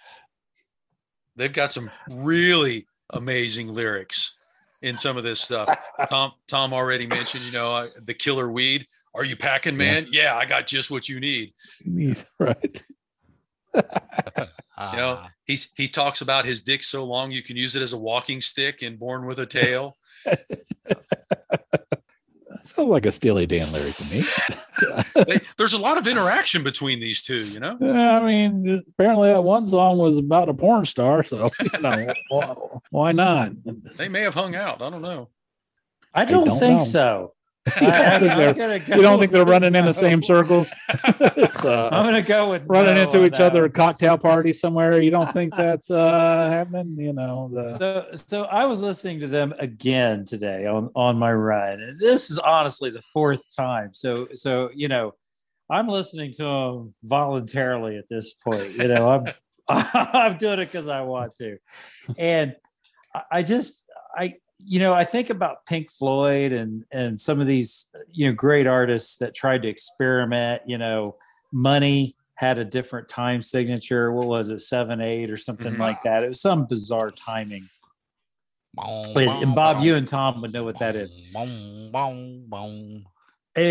S1: they've got some really amazing lyrics in some of this stuff. Tom Tom already mentioned, you know, uh, the killer weed. Are you packing, man? Yeah, I got just what you need.
S3: Neat. Right.
S1: You know,
S2: Ah,
S1: he's he talks about his dick so long you can use it as a walking stick and born with a tail.
S3: Sounds like a Steely Dan lyric to me.
S1: They- there's a lot of interaction between these two, you know.
S3: I mean, apparently that one song was about a porn star. So, you know, why, why not?
S1: They may have hung out. I don't know.
S4: I don't,
S3: don't
S4: think
S3: know.
S4: so.
S3: I think they're- You don't think they're running in the same circles? It's, uh,
S4: I'm going to go with
S3: running
S4: no
S3: into
S4: on
S3: each
S4: that
S3: other
S4: one.
S3: at cocktail party somewhere. You don't think that's uh happening? You know, the
S4: So, so I was listening to them again today on on my ride, and this is honestly the fourth time. So, so you know, I'm listening to them voluntarily at this point. You know, I'm I'm doing it because I want to, and I- I just I you know I think about Pink Floyd and and some of these you know great artists that tried to experiment. You know, Money had a different time signature. What was it, seven eight or something
S1: Mhm.
S4: like that? It was some bizarre timing.
S2: boom,
S4: And, and Bob,
S2: boom,
S4: you and Tom would know what that is.
S2: boom, boom, boom.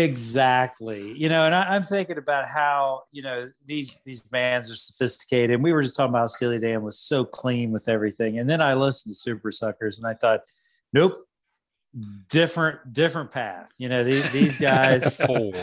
S4: Exactly. You know, and I, I'm thinking about how, you know, these these bands are sophisticated. And we were just talking about how Steely Dan was so clean with everything. And then I listened to Super Suckers and I thought, nope, different, different path. You know, these, these guys
S2: Four.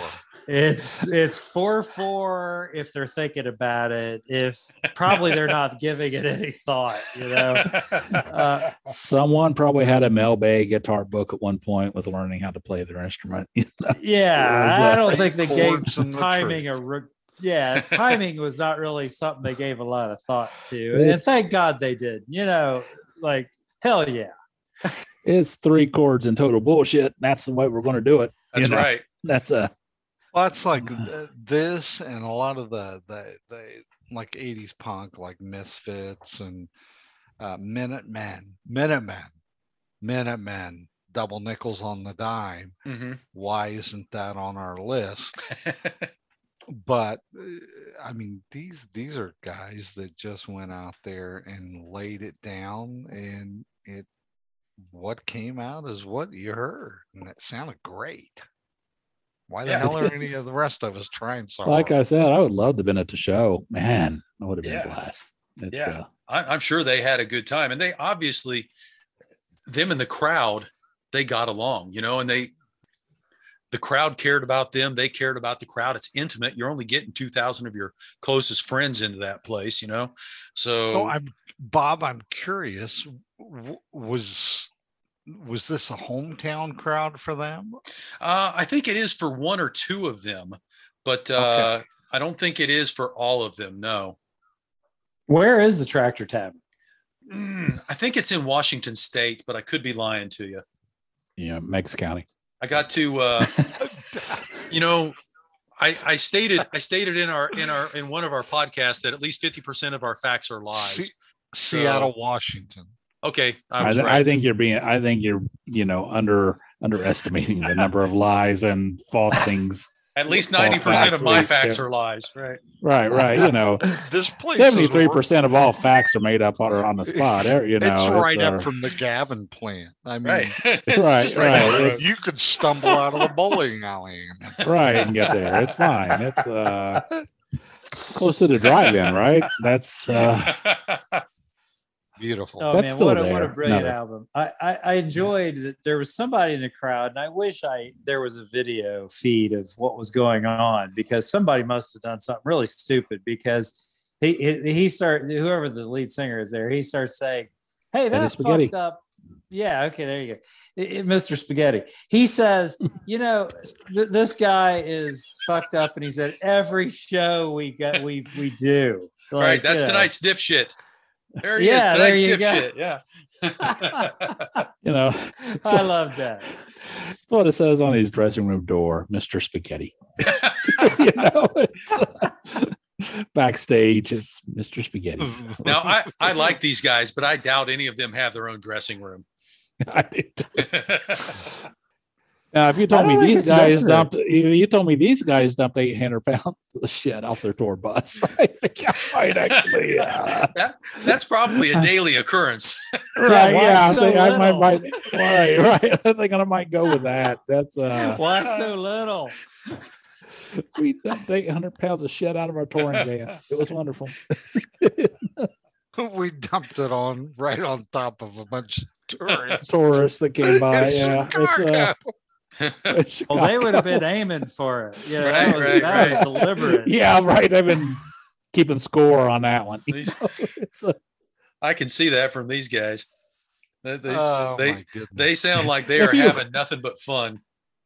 S4: it's it's four four if they're thinking about it. If probably they're not giving it any thought, you know. Uh,
S3: someone probably had a Mel Bay guitar book at one point was learning how to play their instrument. You know, It was,
S4: Yeah, I
S3: uh,
S4: don't think they gave
S2: chords and the
S4: timing a re- yeah timing was not really something they gave a lot of thought to, and
S3: It's-
S4: thank God they did. You know, like hell yeah,
S3: it's three chords and total bullshit. That's the way we're going to do it.
S1: That's
S3: You know.
S1: right.
S3: That's a
S2: Well, it's like th- this and a lot of the the, the like '80s punk, like Misfits and uh, Minutemen, Minutemen, Minutemen, double nickels on the dime.
S1: Mhm.
S2: Why isn't that on our list? but uh, I mean, these these are guys that just went out there and laid it down, and it what came out is what you heard, and it sounded great. Why the
S1: Yeah.
S2: hell are any of the rest of us trying so
S3: Like I
S2: hard?
S3: said, I would love to have been at the show. Man, I would have been
S1: Yeah.
S3: a blast. It's,
S1: Yeah.
S3: uh,
S1: I, I'm sure they had a good time, and they obviously, them and the crowd, they got along, you know, and they, the crowd cared about them. They cared about the crowd. It's intimate. You're only getting two thousand of your closest friends into that place, you know. So,
S2: So I'm Bob. I'm curious. w- Was was this a hometown crowd for them?
S1: Uh, I think it is for one or two of them, but uh,
S2: Okay.
S1: I don't think it is for all of them. No,
S4: Where is the tractor tavern?
S1: Mm, I think it's in Washington State, but I could be lying to you.
S3: you know, Meigs County.
S1: I got to, uh, you know, I, I stated I stated in our in our in one of our podcasts that at least fifty percent of our facts are lies.
S2: Se- Seattle, Washington.
S1: Okay, I
S3: I,
S1: was
S3: th-
S1: right.
S3: I think you're being. I think you're. You know, under underestimating the number of lies and false things.
S1: at least
S3: all
S1: ninety percent
S3: facts
S1: of my
S3: we-
S1: facts
S3: yeah.
S1: are lies. Right.
S3: Right, right. You know,
S2: This place is
S3: seventy three
S2: r-
S3: percent of all facts are made up or on the spot. eh, You know,
S2: it's right
S3: uh,
S2: up from the Gavin plant. I mean,
S1: Right. it's
S3: Right,
S1: just right. down the
S3: right.
S1: road.
S2: you could stumble out of the bowling alley.
S3: uh, right and get there. It's fine. It's uh close to the drive in, right? That's uh
S2: Beautiful.
S4: Oh
S3: That's
S4: man,
S3: still
S4: what a, what a
S3: there.
S4: brilliant
S3: Another.
S4: album! I, I I enjoyed that there was somebody in the crowd, and I wish I there was a video feed of what was going on because somebody must have done something really stupid because he he, he started whoever the lead singer is there he starts saying, "Hey, that's
S3: spaghetti.
S4: fucked up." Yeah, okay, there you go, I- I- Mr. Spaghetti. He says, "You know, th- this guy is fucked up," and he said, "Every show we get, we we do."
S1: All right,
S4: Like,
S1: that's
S4: you know.
S1: tonight's dipshit. There he
S4: Yeah, there
S1: is.
S4: you
S1: Tonight's
S4: go.
S1: dipshit. Yeah.
S3: you know
S4: I love that.
S3: That's what it says on his dressing room door, Mr. Spaghetti. you know, it's, uh, backstage, it's Mr.
S2: Hmm.
S3: Spaghetti.
S1: Now I, I like these guys, but I doubt any of them have their own dressing room.
S3: Now, if you
S4: I
S3: told me
S4: don't think
S3: these
S4: it's
S3: guys
S4: necessary.
S3: dumped, you, you told me these guys dumped eight hundred pounds of shit off their tour bus. I think I might actually, uh,
S1: That- that's probably a daily occurrence.
S3: right?
S4: why
S3: Yeah, I
S4: so
S3: think I might,
S4: little?
S3: might, right, right. I think I might go with that. That's uh,
S4: Why so little?
S3: we dumped eight hundred pounds of shit out of our touring van. It was wonderful.
S2: we dumped it on right on top of a bunch of tourists.
S3: Tourists that came by,
S2: in
S3: yeah, uh,
S2: Chicago.
S3: it's, uh,
S4: Well, they would have been aiming for it. Yeah,
S1: Right,
S4: that was,
S1: right,
S4: that was
S3: right.
S4: deliberate.
S3: yeah, right. I've been keeping score on that one.
S1: These-
S3: It's, uh,
S1: I can see that from these guys. They, they,
S2: oh,
S1: they-
S2: my goodness.
S1: they sound like they
S3: If
S1: are
S3: you-
S1: having nothing but fun.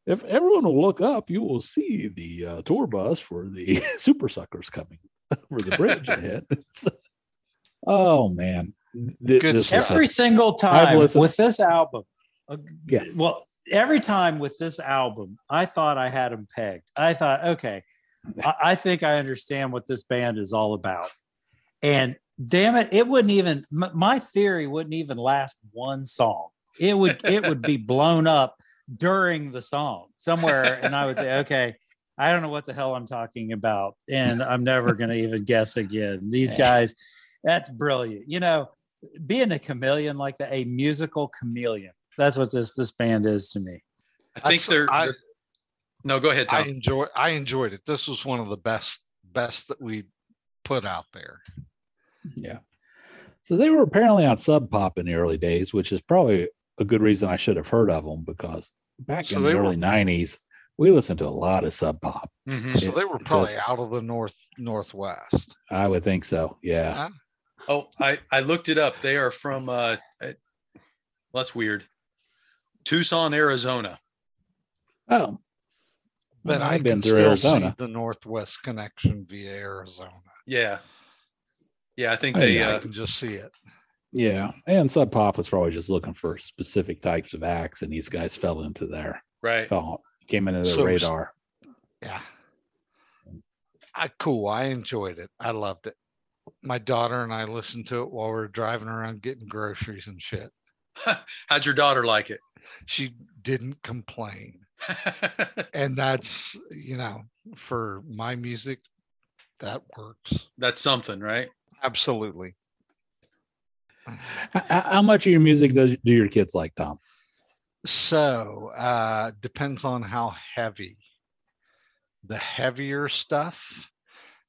S3: If everyone will look up, you will see the uh, tour bus for the Super Suckers coming over the bridge ahead. It's- oh man, Th-
S2: Good
S3: this was a-
S4: Every single time
S3: listened-
S4: with this album, uh,
S3: Yeah.
S4: well, every time with this album, I thought I had them pegged. I thought, okay, I, I think I understand what this band is all about. And damn it, it wouldn't even m- my theory wouldn't even last one song. It would it would be blown up during the song somewhere, and I would say, okay. I don't know what the hell I'm talking about, and I'm never going to even guess again. These guys, that's brilliant. You know, being a chameleon like that, a musical chameleon. That's what this this band is to me.
S1: I think
S2: That's-
S1: they're,
S2: I-
S1: they're- No, go ahead,
S2: I
S1: Tom.
S2: enjoy. I enjoyed it. This was one of the best best that we put out there.
S3: Yeah. So they were apparently on Sub Pop in the early days, which is probably a good reason I should have heard of them because back
S2: So
S3: in the
S2: they were-
S3: early 90s, we listened to a lot of Sub Pop.
S1: Mhm.
S2: So
S3: It-
S2: they were
S3: it
S2: probably
S3: just-
S2: out of the north northwest.
S3: I would think so.
S2: Uh,
S3: Yeah.
S1: Oh, I, I looked it up. They are from, uh, uh, that's weird. Tucson, Arizona.
S3: Oh.
S2: But
S3: Well,
S2: I
S3: I've
S2: can
S3: been through
S2: still
S3: Arizona.
S2: see the northwest connection via Arizona.
S1: Yeah. Yeah. I think
S3: Oh,
S1: they,
S3: yeah.
S2: I
S1: uh,
S2: can just see it.
S3: Yeah. And Sub Pop was probably just looking for specific types of acts, and these guys fell into their
S1: right.
S3: fell, came into their
S2: So-
S3: radar.
S2: Yeah. I cool. I enjoyed it. I loved it. My daughter and I listened to it while we were driving around getting groceries and shit.
S1: How'd your daughter like it?
S2: She didn't complain. and that's, you know, for my music, that works.
S1: That's something, right?
S2: Absolutely.
S3: How, how much of your music does do your kids like, Tom?
S2: So, uh, depends on how heavy. The heavier stuff.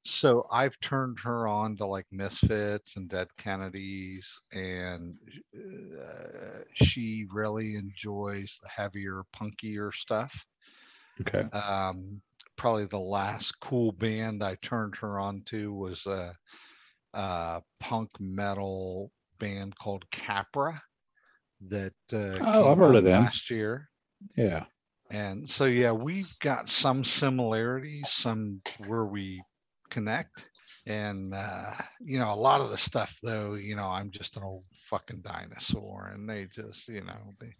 S2: So I've turned her on to like Misfits and Dead Kennedys, and uh, she really enjoys the heavier, punkier stuff.
S3: Okay.
S2: Um, probably the last cool band I turned her on to was a, a punk metal band called Capra that uh,
S3: Oh, I've
S2: came
S3: heard
S2: out
S3: of them.
S2: last year.
S3: Yeah.
S2: And so, yeah, we've got some similarities, some where we connect. And, uh, you know, a lot of the stuff, though, you know, I'm just an old fucking dinosaur and they just, you know, they,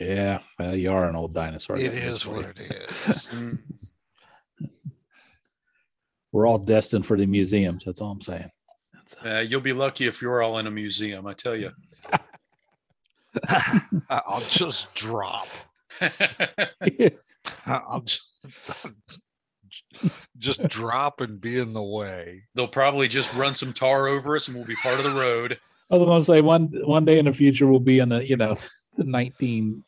S3: Yeah. Well, you are an old dinosaur.
S2: it
S3: That
S2: is
S3: for
S2: what
S3: you.
S2: it is. Mm.
S3: We're all destined for the museums. That's all I'm saying. That's-
S1: Uh, you'll be lucky if you're all in a museum, I tell you.
S2: I'll just drop. I'll just, just drop and be in the way.
S1: They'll probably just run some tar over us and we'll be part of the road.
S3: I was going to say one one day in the future we'll be in the you know the nineteen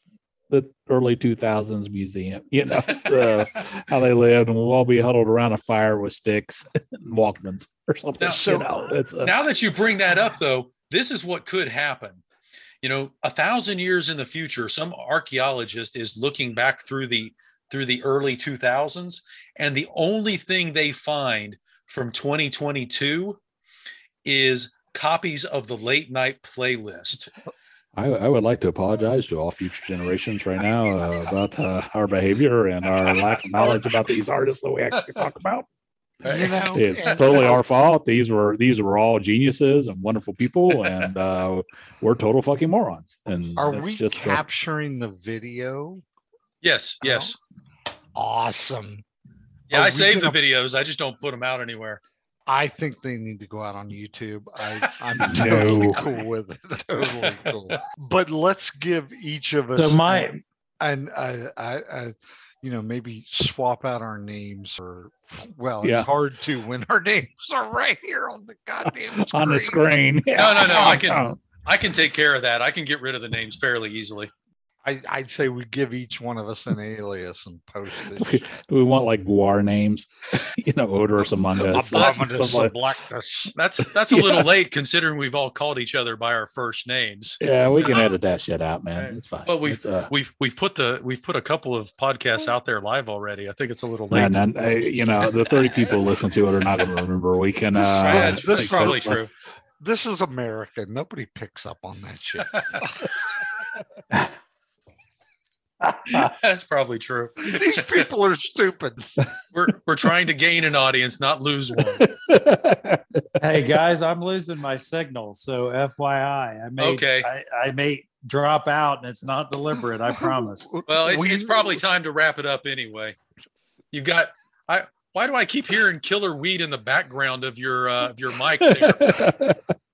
S3: the early two thousands museum. You know uh, how they lived, and we'll all be huddled around a fire with sticks and Walkmans or something.
S1: Now-
S3: you know, it's uh,
S1: now that you bring that up though this is what could happen you know a thousand years in the future some archaeologist is looking back through the through the early 2000s and the only thing they find from 2022 is copies of the late night playlist
S3: I, I would like to apologize to all future generations right now uh, about uh, our behavior and our lack of knowledge about these artists that we actually talk about.
S2: You know,
S3: It's
S2: and-
S3: totally our fault. These were these were all geniuses and wonderful people, and uh, we're total fucking morons. And
S2: Are
S3: that's
S2: we
S3: just uh,
S2: capturing the video?
S1: yes yes
S2: Awesome.
S1: yeah
S2: Uh-huh. Oh,
S1: i
S2: we
S1: save the
S2: can-
S1: videos i just don't put them out anywhere
S2: I think they need to go out on YouTube. I, I'm totally
S3: No.
S2: cool with it. Totally cool. But let's give each of us
S4: So my
S2: and I, I, I, you know, maybe swap out our names or well,
S3: Yeah.
S2: it's hard to when our names are right here on the goddamn screen.
S3: on the screen. Oh,
S1: No, no, no, I can- i can take care of that i can get rid of the names fairly easily
S2: I, I'd say we give each one of us an alias and post it.
S3: Do we want like guar names? you know, odorous among us.
S2: Abominus
S3: Stuff like-
S2: Oblactus.
S1: that's that's a little
S3: Yeah.
S1: late considering we've all called each other by our first names
S3: yeah, we can edit that shit out, man.
S1: Right.
S3: It's fine.
S1: But we've-
S3: It's, uh,
S1: We've we've put the we've put a couple of podcasts out there live already. I think it's a little late.
S3: and then, uh, you know, the 30 people who listen to it are not going to remember. We can. Uh,
S1: Yeah, that's,
S2: this
S1: that's
S2: is
S1: probably
S3: like-
S1: true.
S2: This is America. Nobody picks up on that shit.
S1: that's probably true.
S2: These people are stupid.
S1: We're we're trying to gain an audience, not lose one.
S4: hey guys, I'm losing my signal. So FYI, I may
S1: Okay.
S4: I, I may drop out and it's not deliberate, I promise.
S1: Well, it's,
S2: We-
S1: it's probably time to wrap it up anyway. You got I. Why do I keep hearing killer weed in the background of your uh, of your mic? There?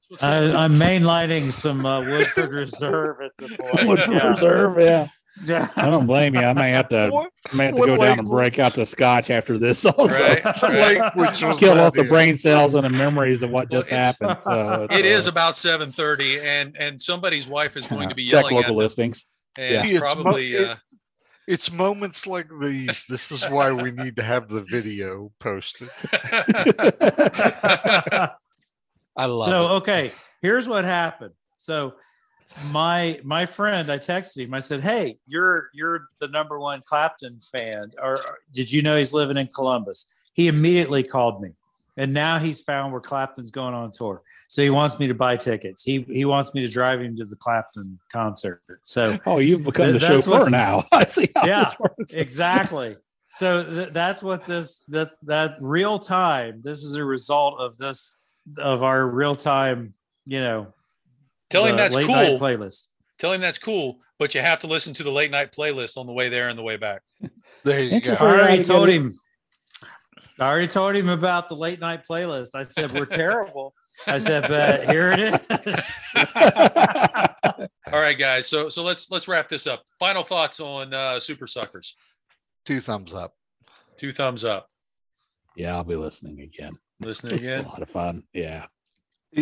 S1: What's
S4: I,
S1: going on?
S4: I'm mainlining some uh, Woodford Reserve at the point.
S3: Woodford
S4: Yeah.
S3: Reserve, yeah. I
S4: Yeah.
S3: don't blame you. I may have to,
S2: What-
S3: I may have to
S2: what
S3: go down
S2: language-
S3: and break out the scotch after this. Also,
S1: Right, right.
S2: language was
S3: kill
S2: that uh,
S3: off the
S2: in?
S3: brain cells and the memories of what
S1: Well,
S3: just
S1: it's-
S3: happened. So uh,
S1: It is about seven thirty, and and somebody's wife is going to be
S3: check
S1: yelling at
S3: local
S1: them,
S3: listings.
S1: and
S3: yeah.
S1: it's
S2: It's mo-
S1: probably
S2: it-
S1: uh,
S2: It's moments like these. This is why we need to have the video posted.
S1: uh,
S2: I love
S4: so okay here's what happened so my my friend i texted him i said hey you're you're the number one clapton fan or or did you know he's living in columbus he immediately called me and now he's found where clapton's going on tour so he wants me to buy tickets he he wants me to drive him to the clapton concert so
S3: Oh, you've become the
S4: Th- that's
S3: chauffeur
S4: what-
S3: now. I see how
S4: Yeah,
S3: this works.
S4: exactly so th- that's what this that that real time this is a result of this of our real time you know
S1: telling
S4: the
S1: that's
S4: late night
S1: cool.
S4: playlist
S1: Tell him that's cool, but you have to listen to the late night playlist on the way there and the way back.
S2: There you go.
S4: I
S3: Sorry, I
S4: already
S3: get
S4: told
S3: it.
S4: him. I already told him about the late night playlist. I said we're terrible, I said, but here it is.
S1: All right, guys. So so let's let's wrap this up. Final thoughts on uh, Super Suckers.
S2: Two thumbs up.
S1: Two thumbs up.
S3: yeah, I'll be listening again.
S1: Listen
S3: It's
S1: again.
S3: a lot of fun. Yeah.
S2: It-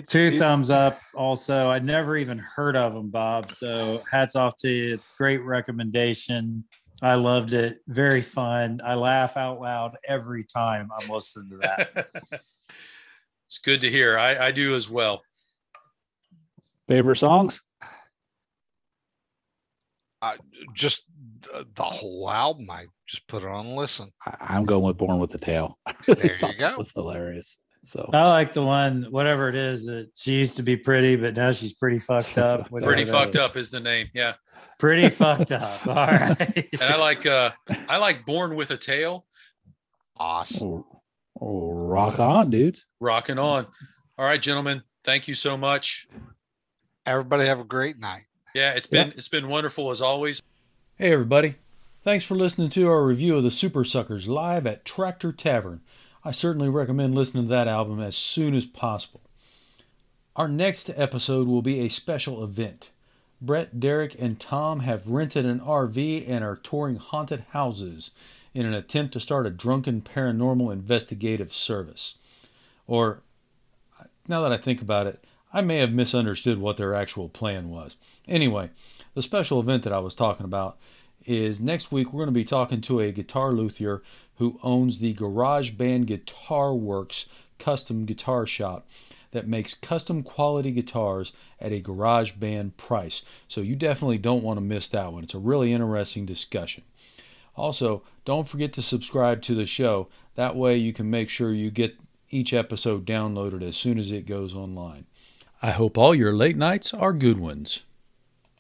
S4: Two
S2: it-
S4: thumbs up. Also, I'd never even heard of them, Bob. So hats off to you. It's a Great recommendation. I loved it. Very fun. I laugh out loud every time I'm listening to that.
S1: it's good to hear. I, I do as well.
S3: Favorite songs?
S2: Just the, the whole album. I just put it on and listen.
S3: I, I'm going with Born with the Tail. I
S2: There you
S3: thought
S2: go.
S3: That was hilarious. So
S4: I like the one, whatever it is, that she used to be pretty, but now she's pretty fucked up. Whatever
S1: Pretty
S4: that
S1: fucked
S4: is.
S1: up is the name. Yeah.
S4: Pretty fucked up. All right.
S1: And I like uh I like Born with a Tail.
S2: Awesome.
S3: oh, oh, rock on, dude.
S1: Rocking on. All right, gentlemen. Thank you so much.
S2: Everybody have a great night.
S1: Yeah, it's
S3: Yeah.
S1: been it's been wonderful as always. Hey everybody. Thanks for listening to our review of the Super Suckers live at Tractor Tavern. I certainly recommend listening to that album as soon as possible. Our next episode will be a special event. Brett, Derek, and Tom have rented an RV and are touring haunted houses in an attempt to start a drunken paranormal investigative service. Or, now that I think about it, I may have misunderstood what their actual plan was. Anyway, the special event that I was talking about is next week we're going to be talking to a guitar luthier who owns the Garage Band Guitar Works custom guitar shop that makes custom quality guitars at a garage band price. So you definitely don't want to miss that one. It's a really interesting discussion. Also, don't forget to subscribe to the show. That way you can make sure you get each episode downloaded as soon as it goes online. I hope all your late nights are good ones.